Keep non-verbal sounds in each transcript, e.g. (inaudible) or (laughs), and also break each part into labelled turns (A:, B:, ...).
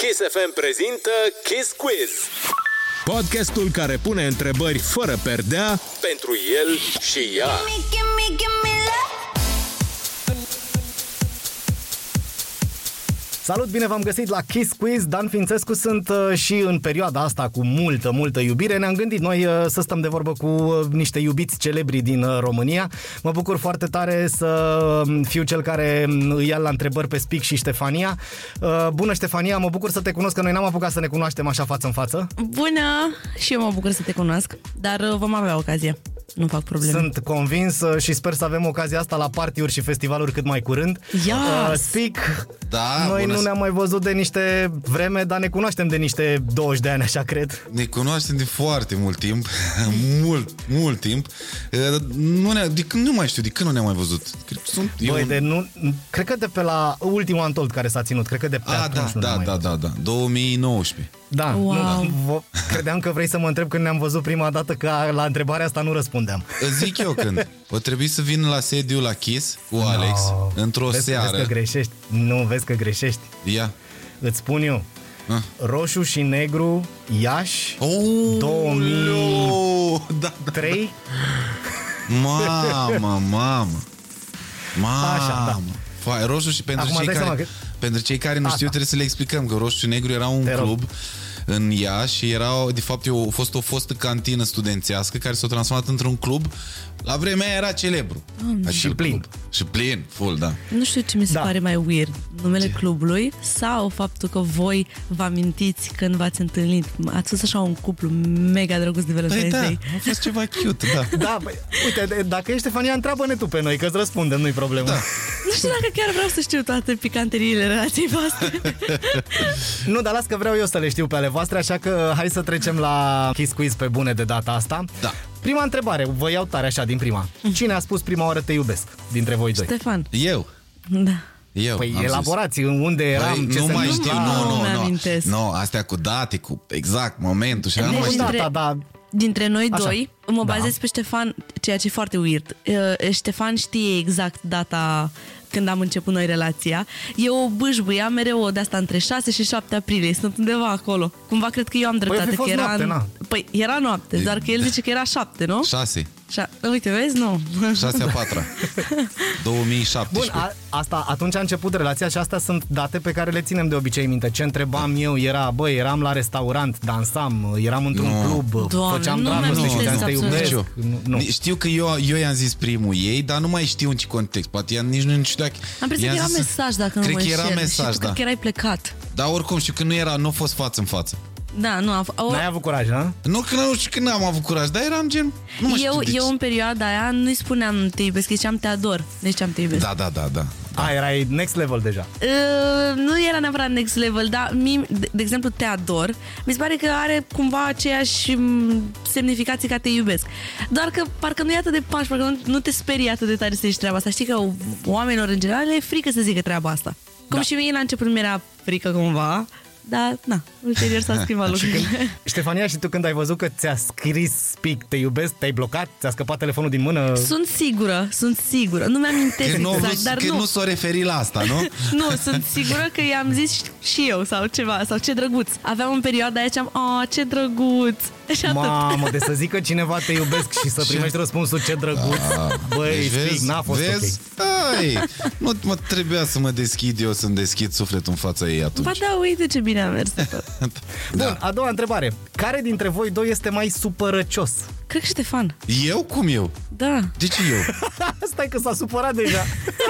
A: Kiss FM prezintă Kiss Quiz.
B: Podcastul care pune întrebări fără perdea
A: Pentru el și ea.
C: Salut, bine v-am găsit la Kiss Quiz. Dan Fințescu sunt uh, și în perioada asta cu multă, multă iubire. Ne-am gândit noi uh, să stăm de vorbă cu uh, niște iubiți celebri din uh, România. Mă bucur foarte tare să um, fiu cel care um, îi ia la întrebări pe Spic și Ștefania. Uh, Bună, Ștefania, mă bucur să te cunosc, că noi n-am apucat să ne cunoaștem așa față în față.
D: Bună! Și eu mă bucur să te cunosc, dar uh, vom avea ocazie. Nu fac probleme.
C: Sunt convins uh, și sper să avem ocazia asta la partiuri și festivaluri cât mai curând.
D: Yes!
C: Uh, Spic,
E: Da,
C: noi
E: bună
C: nu
E: zi-
C: ne-am mai văzut de niște vreme, dar ne cunoaștem de niște 20 de ani, așa cred.
E: Ne cunoaștem de foarte mult timp, (laughs) mult, mult timp. Uh, Nu ne, de când nu mai știu, de când nu ne-am mai văzut. Cred că Sunt, e
C: Băi,
E: un-
C: de nu, cred că de pe la ultimul Antold care s-a ținut, cred că de pe
E: A,
C: atunci
E: da,
C: nu
E: da,
C: mai
E: da, da, da, 2019.
C: da.
D: Wow.
C: Nu, vo- credeam că vrei să mă întreb când ne-am văzut prima dată, că la întrebarea asta nu răspundeam.
E: Îți zic eu când. O trebui să vin la sediu la Kiss cu Alex
C: Oh.
E: într-o
C: vezi,
E: seară.
C: Vezi că greșești. Nu, vezi că greșești.
E: Ia.
C: Îți spun eu.
E: Ah.
C: Roșu și negru, Iași,
E: Oh,
C: 2003.
E: Da, da. Mamă, mamă. Mamă.
C: Așa, da.
E: Fai, roșu și pentru
C: Acum
E: cei,
C: dai
E: care,
C: seama că-
E: pentru cei care nu
C: Asta.
E: știu, trebuie să le explicăm că Roșu și Negru era un
C: Te rog.
E: club în ea și era, de fapt, e o- a fost o fostă cantină studențească care s-a transformat într-un club. La vremea aia era celebru. Acel
C: Și plin.
E: club. Și plin, full, da.
D: Nu știu ce mi se
C: Da.
D: da. pare mai weird, numele clubului sau faptul că voi vă amintiți când v-ați întâlnit. Ați fost așa un cuplu mega drăguț de
E: Păi
D: Valentine's
E: da,
D: Day.
E: a fost ceva cute, da.
C: Da, băi, uite, de- dacă ești Ștefania, întreabă-ne tu pe noi, că îți răspundem, nu-i problemă. Da.
D: Nu știu dacă chiar vreau să știu toate picanteriile relației voastre.
C: Nu, dar las că vreau eu să le știu pe ale voastre, așa că hai să trecem la Kiss Quiz pe bune de data asta.
E: Da.
C: Prima întrebare, vă iau tare așa din prima.
D: Mhm.
C: Cine a spus prima oară te iubesc dintre voi doi?
D: Stefan,
E: Eu,
D: da.
E: eu.
C: Păi
E: am zis.
C: elaborați unde eram,
E: Păi,
C: ce
E: nu
C: se
E: mai
C: întâmpla.
E: știu, nu,
D: Nu
E: nu, nu.
D: mi-amintesc.
E: Nu, astea cu date, cu exact momentul și alea nu
D: Deci
E: mai știu.
D: între-
C: Da, da,
D: Dintre noi
C: Așa.
D: Așa. doi, mă
C: Da.
D: bazez pe Ștefan, ceea ce e foarte weird. Uh, Ștefan știe exact data când am început noi relația. Eu o bâșbuiam mereu de asta între 6 și 7 aprilie. Sunt undeva acolo. Cumva cred că eu am dreptate.
C: fi fost
D: că era
C: noapte,
D: în-
C: na.
D: Păi era noapte, doar că
E: da.
D: el zice că era 7, nu?
E: Șase.
D: Șa- Uite, vezi? Nu.
E: 6 a
C: (laughs)
E: 4 2017.
C: Bun, a, asta, atunci a început relația și astea sunt date pe care le ținem de obicei minte. Ce întrebam eu era, băi, eram la restaurant, dansam, eram într-un
E: Nu.
C: club,
D: Doamne,
C: făceam
D: nu
C: dragoste
D: mi-amintesc
C: și te-am să te
D: absolut.
C: iubesc.
E: Nici eu.
C: Nu, nu.
E: Știu că eu, eu i-am zis primul ei, dar nu mai știu în ce context. Poate ea nici nu nu știu dacă...
D: Am prins că
E: i-am
D: era
E: zis-
D: mesaj, dacă nu
E: Cred
D: mă
E: că era
D: înșel.
E: mesaj,
D: și tu
E: da.
D: cred că erai plecat.
E: Dar oricum știu că nu era, nu a fost față în față.
D: Da, nu, a, f- au,
C: N-ai avut curaj, na?
E: Nu că nu știu că n-am avut curaj, dar eram gen... Nu mă
D: eu,
E: știu de
D: eu
E: ce.
D: în perioada aia nu-i spuneam te iubesc, îi ziceam te ador. Deci am te iubesc.
E: Da, da, da, da.
C: A, erai next level deja.
D: Uh, nu era neapărat next level, dar mie, de, de exemplu, te ador. Mi se pare că are cumva aceeași m, semnificație ca te iubesc. Doar că parcă nu e atât de paș, parcă nu, nu te sperii atât de tare să zici treaba asta. Știi că o- oamenilor în general le e frică să zică treaba asta. Cum
C: Da.
D: și mie la început mi era frică cumva, dar na, ulterior s-a schimbat
E: (laughs)
D: lucrurile.
C: Ștefania, și tu când ai văzut că ți-a scris pic, te iubesc, te-ai blocat, ți-a scăpat telefonul din mână?
D: Sunt sigură, sunt sigură. Nu mi-amintesc
E: Că nu,
D: exact,
E: exact,
D: dar
E: că nu,
D: nu.
E: s-o referi la asta, nu?
D: Nu, sunt sigură că i-am zis și- și eu sau ceva, sau ce drăguț. Aveam în perioada aia ce am, oh, ce drăguț. (laughs) Și atât.
C: Mamă, de să zică cineva te iubesc și să primești răspunsul ce drăguț. (laughs) Băi, pic, n-a fost
E: Ah, deci vezi?
C: ok.
E: Ai, nu mă trebuia să mă deschid eu, să-mi deschid sufletul în fața ei atunci. Da.
D: Ba da, uite ce bine a mers.
E: (laughs)
C: Bun, a doua întrebare. Care dintre voi doi este mai supărăcios? (laughs)
D: Cred că Ștefan.
E: Eu? Cum eu?
D: Da.
E: De ce
D: (laughs)
E: eu?
C: Stai că s-a supărat deja.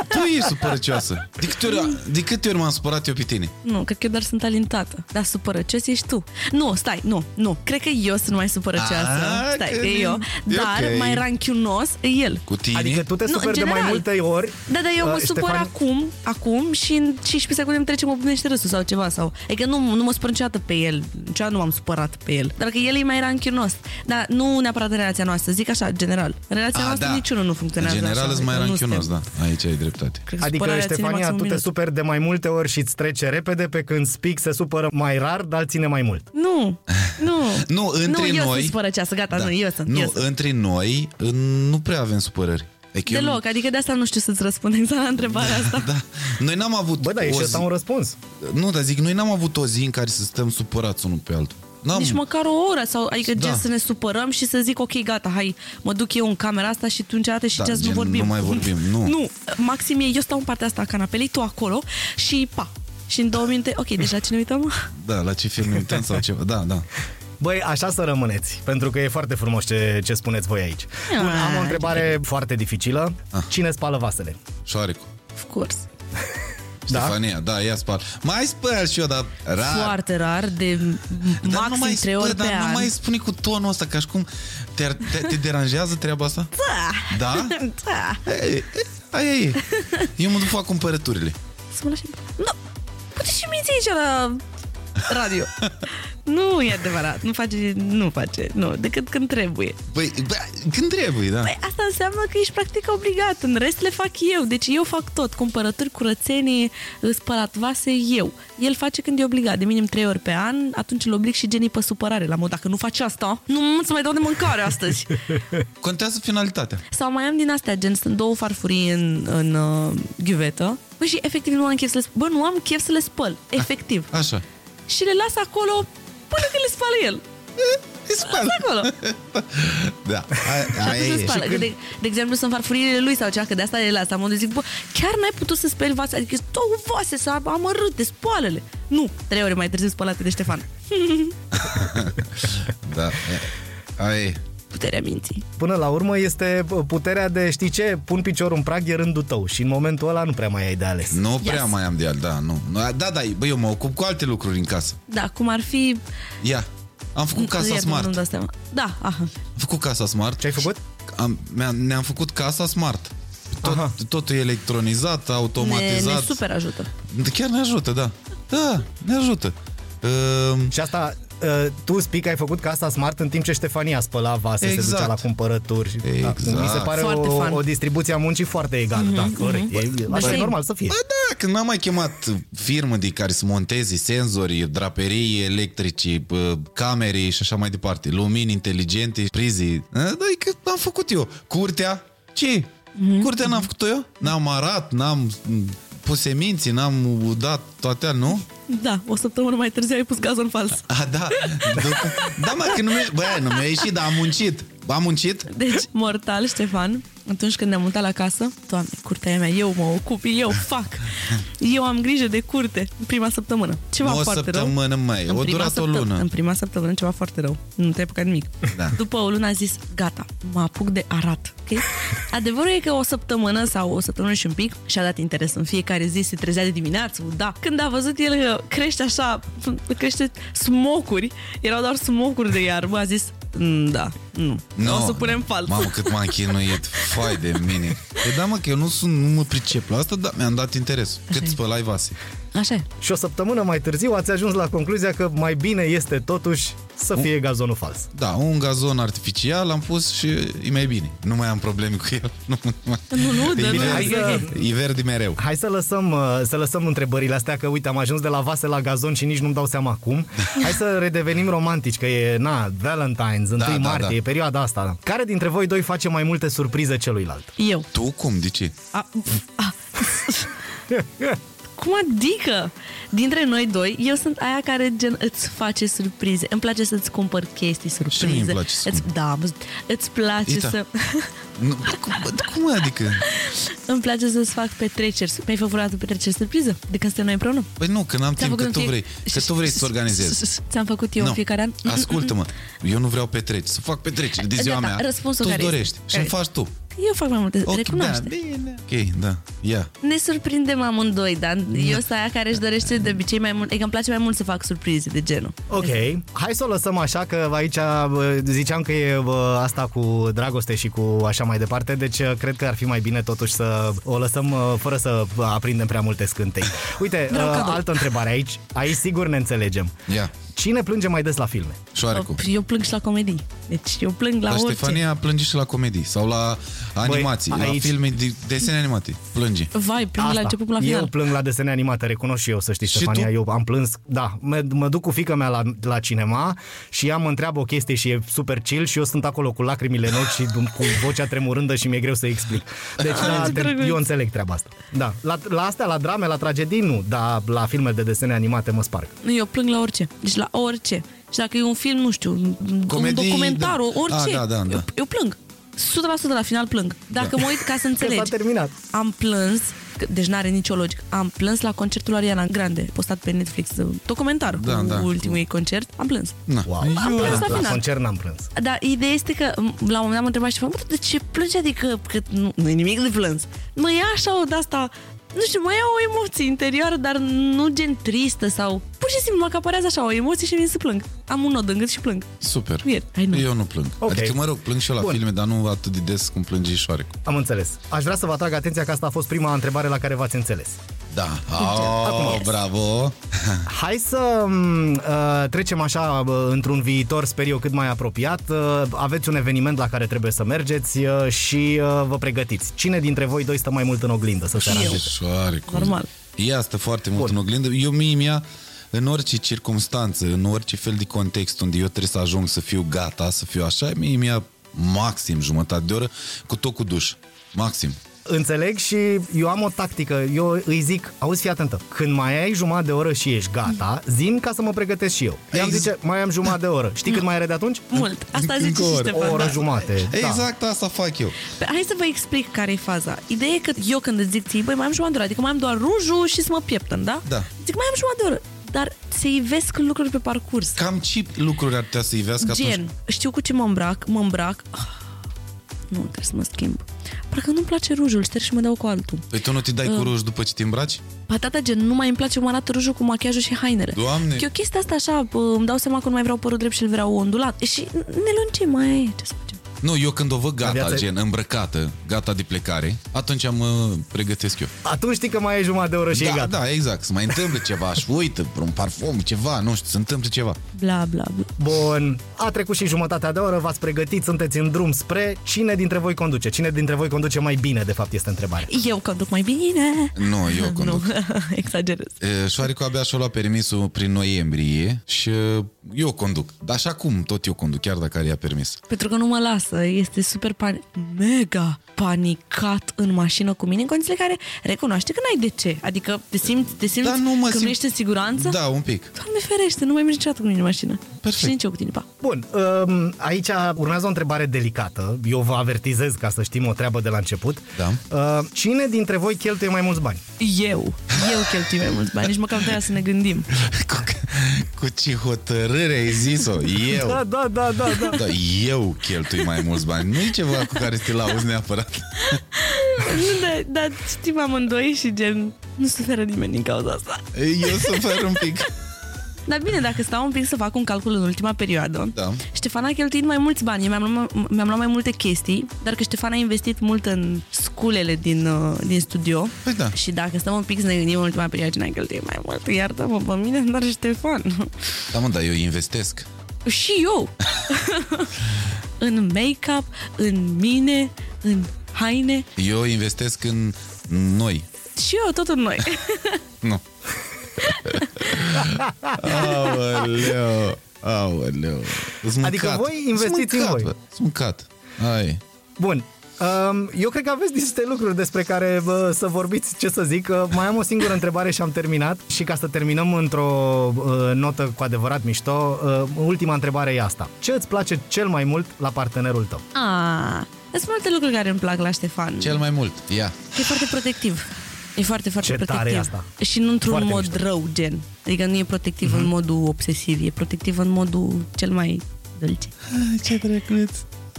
E: Tu ești supărăcioasă. De câte, ori, de câte ori m-am supărat eu pe tine?
D: Nu, cred că eu doar sunt talentată. Dar supărăcios ești tu. Nu, stai, nu, nu. Cred că eu sunt mai supărăcioasă.
E: Ah,
D: stai,
E: că
D: că
E: e-
D: eu.
E: e
D: Dar
E: ok.
D: mai ranchiunos e el.
E: Cu tine?
C: Adică tu te
D: Nu,
C: superi de mai
D: general.
C: multe ori.
D: Da, dar eu mă
C: Uh,
D: supăr
C: Ștefan-
D: acum, acum și în 15 secunde îmi trece, mă bunește râsul sau ceva. Sau... Adică nu, nu mă supăr niciodată pe el, niciodată nu m-am supărat pe el. Doar că el e mai ranchiunos. Dar nu neapărat în relația noastră, zic așa, general. În relația noastră niciunul nu funcționează
E: Ah, da. În general
D: așa,
E: îți mai
D: adică nu
E: ranchiunos,
D: suntem-
E: da. Aici ai dreptate.
D: Cred că
C: Adică,
D: supărarea ține
C: Ștefania,
D: maxim
C: tu te
D: un minut.
C: superi de mai multe ori și îți trece repede, pe când Spic se supără mai rar, dar ține mai mult. (laughs)
D: Nu, nu.
E: Nu,
D: nu,
E: între
D: eu
E: noi- Da.
D: sunt supărăcioasă, gata, nu, eu sunt.
E: nu
D: eu sunt.
E: între noi n- nu prea avem supărări. Adică eu-
D: Deloc, adică de asta nu știu să-ți răspund (laughs) exact la întrebarea asta.
E: Da. Noi n-am avut
C: Bă, da, e
E: o
C: și
E: zi...
C: ăsta un răspuns.
E: Nu, dar zic, noi n-am avut o zi în care să stăm supărați unul pe altul. N-am...
D: Nici măcar o oră, sau, adică
E: Da.
D: da. gen să ne supărăm și să zic, ok, gata, hai, mă duc eu în camera asta și tu în cealaltă și
E: Da,
D: da, nu
E: gen,
D: vorbim.
E: nu mai
D: (laughs)
E: vorbim, nu.
D: Nu, maxim e, eu stau în partea asta a canapelei, tu acolo și pa. Și în două minute, ok, deci la cine uităm? (laughs)
E: Da, la ce film ne uităm sau ceva. Da, da.
C: Băi, așa să rămâneți, pentru că e foarte frumos ce, ce spuneți voi aici. Bun, am o întrebare foarte dificilă.
E: Ah.
C: Cine spală vasele?
E: Șoarecul.
D: Of course.
E: Ștefania, da, ia spal. Mai spăl și eu, dar rar.
D: Foarte rar, de
E: Dar nu
D: maxim
E: mai
D: trei
E: spă-
D: ori pe
E: dar
D: an. (laughs)
E: nu mai spune cu tonul ăsta, ca și cum te, te, te deranjează treaba asta? Da.
D: (laughs)
E: Da?
D: Da.
E: Ei, Aia e. Eu mă duc fac cumpărăturile.
D: Să mă lași în pace. Nu, poate și mie aici la
E: (laughs)
D: radio. nu e adevărat, nu face, nu face, nu, decât când trebuie.
E: Băi, bă, când trebuie, da.
D: Păi asta înseamnă că ești practic obligat, în rest le fac eu, deci eu fac tot, cumpărături, curățenie, spălat vase, eu. El face când e obligat, de minim trei ori pe an, atunci îl oblig și genii pe supărare, la mod, dacă nu faci asta, nu ți mai dau de mâncare astăzi.
E: Contează finalitatea.
D: Sau mai am din astea, gen, sunt două farfurii în, în uh, ghiuvetă. Bă, și efectiv nu am chef să le spăl. Bă, nu am chef să le spăl, efectiv.
E: Așa.
D: și le las acolo până când le spală el.
E: Îi spal.
D: Acolo.
E: Da, aia,
D: Atunci
E: aia
D: le
E: e.
D: Exact. spală. Că de, de, exemplu, sunt farfuriile lui sau cea, că de asta le las. Am unde zic, bă, chiar n-ai putut să speli vase, adică sunt două vase, să amărât, de spoalele. Nu, trei ore mai târziu spălate de Ștefan.
E: Da, aia e.
D: Puterea minții.
C: Până la urmă este puterea de, știi ce, pun piciorul în prag, e rândul tău și în momentul ăla nu prea mai ai de ales.
E: Nu prea
D: Yes.
E: mai am de al, da, nu. Da, da, băi, eu mă ocup cu alte lucruri în casă.
D: Da, cum ar fi...
E: Ia, am făcut casa
D: Iartă,
E: smart.
D: nu-mi dau seama. Da, aha.
E: Am făcut casa smart.
C: Ce ai făcut?
E: Am, mi-am, ne-am făcut casa smart.
C: Aha.
E: Tot, totul e electronizat,
D: Ne,
E: automatizat.
D: ne super ajută.
E: Chiar ne ajută, da. Da, ne ajută. Uh,
C: Și asta, uh, tu, Spic, ai făcut casa smart în timp ce Ștefania spăla vase, exact. se
E: Exact.
C: ducea la cumpărături. Da,
E: Exact.
C: mi se pare
D: Foarte
C: o,
D: fun.
C: o distribuție a muncii foarte egală, mm-hmm, da, corect. Mm-hmm. E, așa
D: Bă,
C: e normal să fie.
E: Bă, da, când n-am mai chemat firmă de care să monteze senzori, draperii electrice, bă, camere și așa mai departe, lumini inteligente, prize. Da, că am făcut eu. Curtea, ce?
D: Mhm.
E: Curtea n-am făcut eu? N-am arat, n-am m, pus seminții, n-am udat toate alea, nu?
D: Da, o săptămână mai târziu ai pus gazul în fals.
E: A, da. da, mă, că nu mi-a, bă, nu mi-a ieșit, dar am muncit. Am muncit?
D: Deci, mortal, Ștefan, atunci când ne-am mutat la casă, doamne, curtea e mea, eu mă ocup, eu fac. Eu am grijă de curte în prima săptămână. Ceva
E: Nu o
D: foarte
E: săptămână,
D: rău.
E: mai,
D: În
E: o
D: prima
E: durat o
D: săptăm-
E: lună.
D: În prima săptămână ceva foarte rău. Nu te apucat nimic.
E: Da.
D: După o lună a zis, gata, mă apuc de arat. ok? Adevărul e că o săptămână sau o săptămână și un pic și-a dat interes în fiecare zi, se trezea de dimineață, da. Când a văzut el că crește așa, crește smocuri, erau doar smocuri de iarbă, a zis, "Mm, da, nu,
E: Nu.
D: o să punem fals.
E: Mamă, cât m-am chinuit. Fai de mine. E da, mă, că eu nu, sunt, nu mă pricep la asta, dar mi-am dat interes. Cât spălai vase.
D: Așa e.
C: Și o săptămână mai târziu ați ajuns la concluzia că mai bine este totuși să fie gazonul fals.
E: Da, un gazon artificial am pus și e mai bine. Nu mai am probleme cu el. Nu, mai...
D: Nu, nu,
E: e,
D: dă, nu,
E: verde,
D: e
E: e verde mereu.
C: Hai să lăsăm, uh, să lăsăm întrebările astea, că uite, am ajuns de la vase la gazon și nici nu-mi dau seama cum. Hai să redevenim romantici, că e, na, Valentine's, 1
E: da,
C: da, martie,
E: da.
C: da. e perioada asta. Care dintre voi doi face mai multe surprize celuilalt?
D: Eu.
E: Tu cum? De ce?
D: A,
E: (laughs)
D: a, cum adică? Dintre noi doi, eu sunt aia care gen îți face surprize. Îmi place să-ți cumpăr chestii surprize.
E: mie îmi place să
D: îți,
E: cumpăr.
D: Da, am văzut. îți place
E: Ita.
D: să... (laughs)
E: Nu, cum, cum adică?
D: îmi place să-ți fac petreceri. sur- Mi-ai făcut vreodată petreceri surpriză? De când suntem noi împreună?
E: Păi nu, că n-am
D: Ți-am
E: timp, că
D: făcut
E: tu
D: în fie-
E: vrei, că tu vrei
D: (laughs)
E: să organizezi.
D: Ți-am făcut eu în
E: Nu.
D: fiecare an? (laughs)
E: Ascultă-mă, eu nu vreau petreci, să fac petreceri de ziua
D: Gata,
E: mea.
D: da, răspunsul
E: tu
D: care este?
E: dorești și
D: Care
E: îmi faci tu.
D: Eu fac mai multe,
E: Ok, da,
D: recunoaște.
E: bine. Ok, da, ia.
D: Ne surprindem amândoi, dar eu sunt aia care își dorește de obicei mai mult, e că îmi place mai mult să fac surprize de genul.
C: Ok, hai să o lăsăm așa, că aici bă, ziceam că e bă, asta cu dragoste și cu așa mai departe, deci uh, cred că ar fi mai bine totuși să o lăsăm uh, fără să aprindem prea multe scântei. Uite,
D: Vreau
C: uh,
D: cadou.
C: altă întrebare aici, aici sigur ne înțelegem.
E: Ia.
C: Cine plânge mai des la filme?
E: Șoarecu.
D: Oh, Eu plâng și la comedii. Deci eu plâng la,
E: La
D: orice.
E: Ștefania plânge și la comedii sau la animații, Băi, la
C: aici-
E: filme, de- desene animate. Plânge.
D: Vai, plâng Asta. la început până la final.
C: Eu plâng la desene animate, recunosc și eu, să știi,
E: Și
C: Ștefania,
E: tu?
C: eu am plâns, da, mă, mă duc cu fica mea la, la cinema și ea mă întreabă o chestie și e super chill și eu sunt acolo cu lacrimile în ochi și dum- cu vocea tremurândă și mi-e greu să explic. Deci, da,
D: (laughs) ce
C: te,
D: drăguț.
C: eu înțeleg treaba asta. Da, la, la astea, la drame, la tragedii, nu, dar la filme de desene animate mă sparg.
D: Nu, eu plâng la orice. Deci la orice. Și dacă e un film, nu știu,
E: Comedii,
D: un documentar,
E: da.
D: orice.
E: Ah, da, da, da.
D: Eu, eu plâng. 100% la final plâng. Dacă mă uit ca să
C: Că s-a
D: înțelegi.
C: terminat.
D: Am plâns, că- deci n-are nicio logică, am plâns la concertul lui Ariana Grande, postat pe Netflix, documentar
E: Da,
D: cu
E: da.
D: ultimul ei concert. Am plâns.
E: Na.
C: Wow.
D: Am plâns la
C: la
D: final.
C: concert n-am plâns.
D: Dar ideea este că m- la un moment dat am întrebat și mă, de ce plângi? Adică că nu, nu e nimic de plâns. Mă ia așa o de asta, nu știu, mă ia o emoție interioară, dar nu gen tristă sau... Pur și simplu mă acaparează așa o emoție și vin să plâng. Am un nod în gât și plâng.
E: Super.
D: Weird, I know.
E: Eu nu plâng.
C: Ok.
E: Adică, mă rog, plâng și eu la
C: Bun.
E: filme, dar nu atât de des cum plânge și Șoarecu.
C: Am înțeles. Aș vrea să vă atrag atenția că asta a fost prima întrebare la care v-ați înțeles.
E: Da. Oh, bravo.
C: Hai să m, uh, trecem așa uh, într-un viitor, sper eu, cât mai apropiat. Uh, aveți un eveniment la care trebuie să mergeți uh, și uh, vă pregătiți. Cine dintre voi doi stă mai mult în oglindă să se
D: Eu.
C: aranjeze?
E: Șoarecu.
D: Normal.
E: Ea stă foarte mult
C: Bun.
E: în oglindă. Eu mie mi-a în orice circunstanță, în orice fel de context unde eu trebuie să ajung să fiu gata, să fiu așa, mie mi-a maxim jumătate de oră cu tot cu duș. Maxim.
C: Înțeleg și eu am o tactică. Eu îi zic, auzi, fii atentă, când mai ai jumătate de oră și ești gata, zim ca să mă pregătesc și eu. I-am
E: Ex-
C: zice, mai am jumătate de oră. Știi cât mai are de atunci?
D: Mult. Asta
E: Încă
D: zice
E: o
D: și
E: oră.
D: Ștefan.
C: O oră
D: da.
C: jumate. da.
E: Exact asta fac eu.
D: Pe- Hai să vă explic care e faza. Ideea e că eu când îți zic ție, băi, mai am jumătate de oră, adică mai am doar rujul și să mă pieptăn, da?
E: Da.
D: Zic, mai am jumătate de oră, dar se ivesc lucruri pe parcurs.
E: Cam ce lucruri ar putea să ivească
D: Gen,
E: atunci?
D: știu cu ce mă îmbrac, mă îmbrac. Ah, Nu, trebuie să mă schimb. Parcă nu-mi place rujul, șterg și mă dau cu altul.
E: Păi tu nu te dai
D: Mm.
E: cu ruj după ce te îmbraci?
D: Patata, gen, nu mai îmi place cum arată rujul cu machiajul și hainele.
E: Doamne!
D: Că eu chestia asta așa, bă, îmi dau seama că nu mai vreau părul drept și îl vreau ondulat. Și ne lungim, mai e, ce să facem?
E: Nu, eu când o văd gata,
C: viața e-
E: gen îmbrăcată, gata de plecare, atunci mă pregătesc eu.
C: Atunci știi că mai ai jumătate de oră și e
E: da,
C: gata.
E: da, exact. Se mai întâmplă ceva și uită un parfum, ceva, nu știu, se întâmplă ceva.
D: Bla, bla, bla.
C: Bun, a trecut și jumătatea de oră, v-ați pregătit, sunteți în drum spre cine dintre voi conduce? Cine dintre voi conduce mai bine, de fapt, este întrebarea.
D: Eu conduc mai bine.
E: Nu, eu conduc.
D: (laughs) Nu, exagerez.
E: E, Șoaricu abia și-a luat permisul prin noiembrie și e, eu conduc. Dar și acum tot eu conduc, chiar dacă are ea permis.
D: Pentru că nu mă lasă, este super pan- mega panicat în mașină cu mine, în condițiile care recunoaște că n-ai de ce. Adică te simți, te simți
E: Dar nu mă
D: că
E: simt-
D: nu ești în siguranță.
E: Da, un pic. (laughs)
D: Doamne ferește, nu mai mergi niciodată cu mine în mașină.
E: Perfect.
D: Și nici eu cu tine, pa.
C: Bun, um, aici urmează o întrebare delicată. Eu vă avertizez ca să știm o treabă de la început.
E: Da.
C: Uh, Cine dintre voi cheltuie mai mulți bani?
D: Eu, eu cheltui mai mulți bani, nici măcar nu trebuia să ne
E: (laughs)
D: gândim.
E: Cu, cu ce hotărâre ai zis-o? Eu.
C: Da, da, da, da, da.
E: Da, eu cheltui mai mulți bani. Nu e ceva cu care să te lauzi neapărat.
D: Nu, dar, dar știm amândoi și gen, nu suferă nimeni din cauza asta.
E: Eu sufer un pic.
D: Dar bine, dacă stau un pic să fac un calcul în ultima perioadă,
E: Da.
D: Ștefan a cheltuit mai mulți bani, eu mi-am luat, mi-am luat mai multe chestii, dar că Ștefan a investit mult în sculele din, uh, din studio.
E: Păi da.
D: Și dacă stăm un pic să ne gândim în ultima perioadă cine a cheltuit mai mult, iartă-mă pe mine, (laughs) dar Ștefan.
E: Da, mă, dar eu investesc.
D: Și
E: (laughs)
D: eu. în make-up, în mine, în haine
E: Eu investesc în noi.
D: și eu tot în
E: (laughs)
D: noi.
E: Nu. Aoleu. Aoleu. Sunt
C: Adică
E: mâncat.
C: voi investiți în
E: Sunt
C: voi.
E: mâncat, bă. Sunt mâncat. Ai.
C: Bun. Um, eu cred că aveți niște lucruri despre care bă, să vorbiți, ce să zic. Uh, Mai am o singură întrebare și am terminat. Și ca să terminăm într-o uh, notă cu adevărat mișto, uh, ultima întrebare e asta. Ce îți place cel mai mult la partenerul tău?
D: Ah, sunt multe lucruri care îmi plac la Ștefan.
E: Cel mai mult. Ia.
D: E foarte protectiv. E foarte, foarte
C: Ce tare
D: protectiv.
C: e asta.
D: Și nu într-un
C: Foarte
D: mod
C: mișto. Mhm.
D: rău, gen. Adică nu e protectiv în modul obsesiv, e protectiv în modul cel mai dulce.
E: Ce drăguț.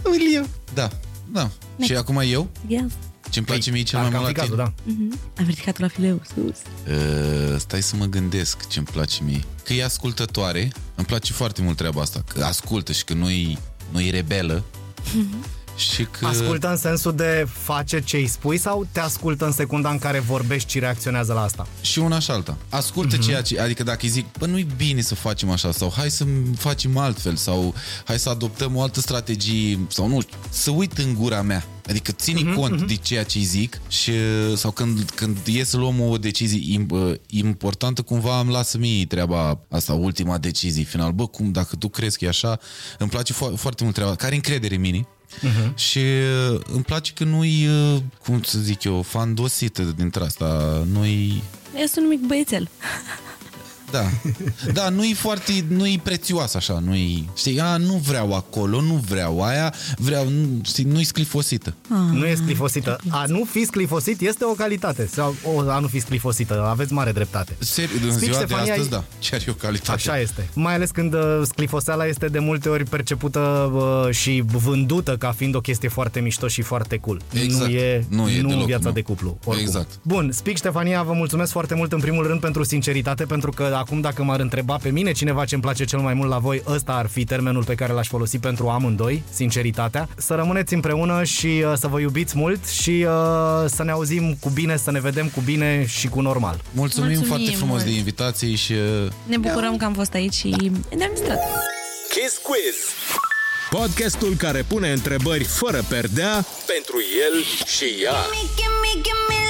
E: Uliu. Da. Da. Și acum eu?
D: Yes.
E: Ce-mi place mie cel
C: Ar
E: mai
C: cam
E: mult la
C: fi cazul,
E: tine?
C: da.
D: Am ridicat la fileu sus.
E: Uh, stai să mă gândesc ce-mi place mie. Că e ascultătoare, îmi place foarte mult treaba asta, că ascultă și că nu-i, nu-i rebelă. Și că...
C: Ascultă în sensul de face ce îi spui sau te ascultă în secunda în care vorbești și reacționează la asta?
E: și una și alta. Ascultă mm-hmm. ceea ce, adică dacă îi zic, bă, nu-i bine să facem așa, sau hai să facem altfel, sau hai să adoptăm o altă strategie, sau nu știu, să uit în gura mea. Adică ține mm-hmm, cont mm-hmm. de ceea ce îi zic și, sau când, când e să luăm o decizie im- uh, importantă, cumva îmi lasă mie treaba asta, ultima decizie final. Bă, cum, dacă tu crezi că e așa, îmi place fo- foarte mult treaba. Care încredere în mine? Uh-huh. Și uh, îmi place că nu-i, uh, cum să zic eu, fandosită dintre asta, nu-i
D: Este un mic băiețel.
E: Da. Da, nu-i foarte, nu-i prețioasă așa, nu-i, știi, a, nu vreau acolo, nu vreau aia, vreau, nu, știi, nu-i sclifosită.
C: Nu e sclifosită. A nu fi sclifosit este o calitate. Sau o, a nu fi sclifosită. Aveți mare dreptate.
E: Ser, în
C: Speak,
E: ziua
C: Ștefania,
E: de astăzi,
C: ai-
E: da, chiar e o calitate.
C: Așa este. Mai ales când uh, sclifoseala este de multe ori percepută uh, și vândută ca fiind o chestie foarte mișto și foarte cool.
E: Exact.
C: Nu e,
E: Nu e
C: nu
E: deloc,
C: viața
E: nu.
C: de cuplu. Oricum.
E: Exact.
C: Bun, Speak Ștefania, vă mulțumesc foarte mult în primul rând pentru sinceritate, pentru că acum dacă m-ar întreba pe mine cineva ce-mi place cel mai mult la voi, ăsta ar fi termenul pe care l-aș folosi pentru amândoi, sinceritatea. Să rămâneți împreună și uh, să vă iubiți mult și uh, să ne auzim cu bine, să ne vedem cu bine și cu normal.
E: Mulțumim,
D: Mulțumim
E: foarte frumos
D: mult.
E: de invitații și... uh,
D: Ne bucurăm că am fost aici și ne-am distrat.
A: Kiss Quiz.
B: Podcastul care pune întrebări fără perdea
A: Pentru el și ea.
F: Gimme, gimme, gimme